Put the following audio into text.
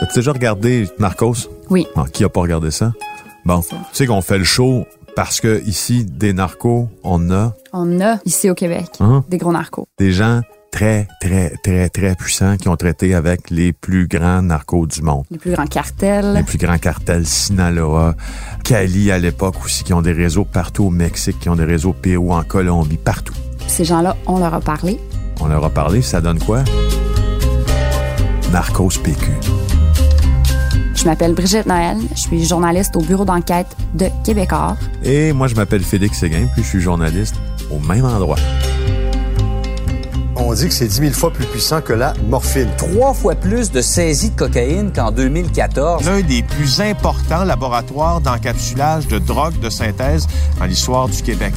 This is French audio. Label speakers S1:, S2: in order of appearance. S1: As-tu déjà regardé Narcos?
S2: Oui.
S1: Ah, qui a pas regardé ça? Bon, tu
S2: C'est ça.
S1: sais qu'on fait le show parce que ici, des narcos, on a
S2: On a ici au Québec
S1: Hein?
S2: des gros narcos.
S1: des gens très, très, très, très puissants qui ont traité avec les plus grands narcos du monde.
S2: Les plus grands cartels.
S1: Les plus grands cartels, Sinaloa, Cali à l'époque aussi, qui ont des réseaux partout au Mexique, qui ont des réseaux au Pérou, en Colombie, partout.
S2: Ces gens-là, on leur a parlé.
S1: On leur a parlé, ça donne quoi? Narcos PQ.
S2: Je m'appelle Brigitte Noël. Je suis journaliste au bureau d'enquête de Québécois.
S1: Et moi, je m'appelle Félix Séguin, puis je suis journaliste au même endroit.
S3: On dit que c'est 10 000 fois plus puissant que la morphine.
S4: Trois fois plus de saisies de cocaïne qu'en 2014.
S5: l'un des plus importants laboratoires d'encapsulage de drogue de synthèse en l'histoire du Québec.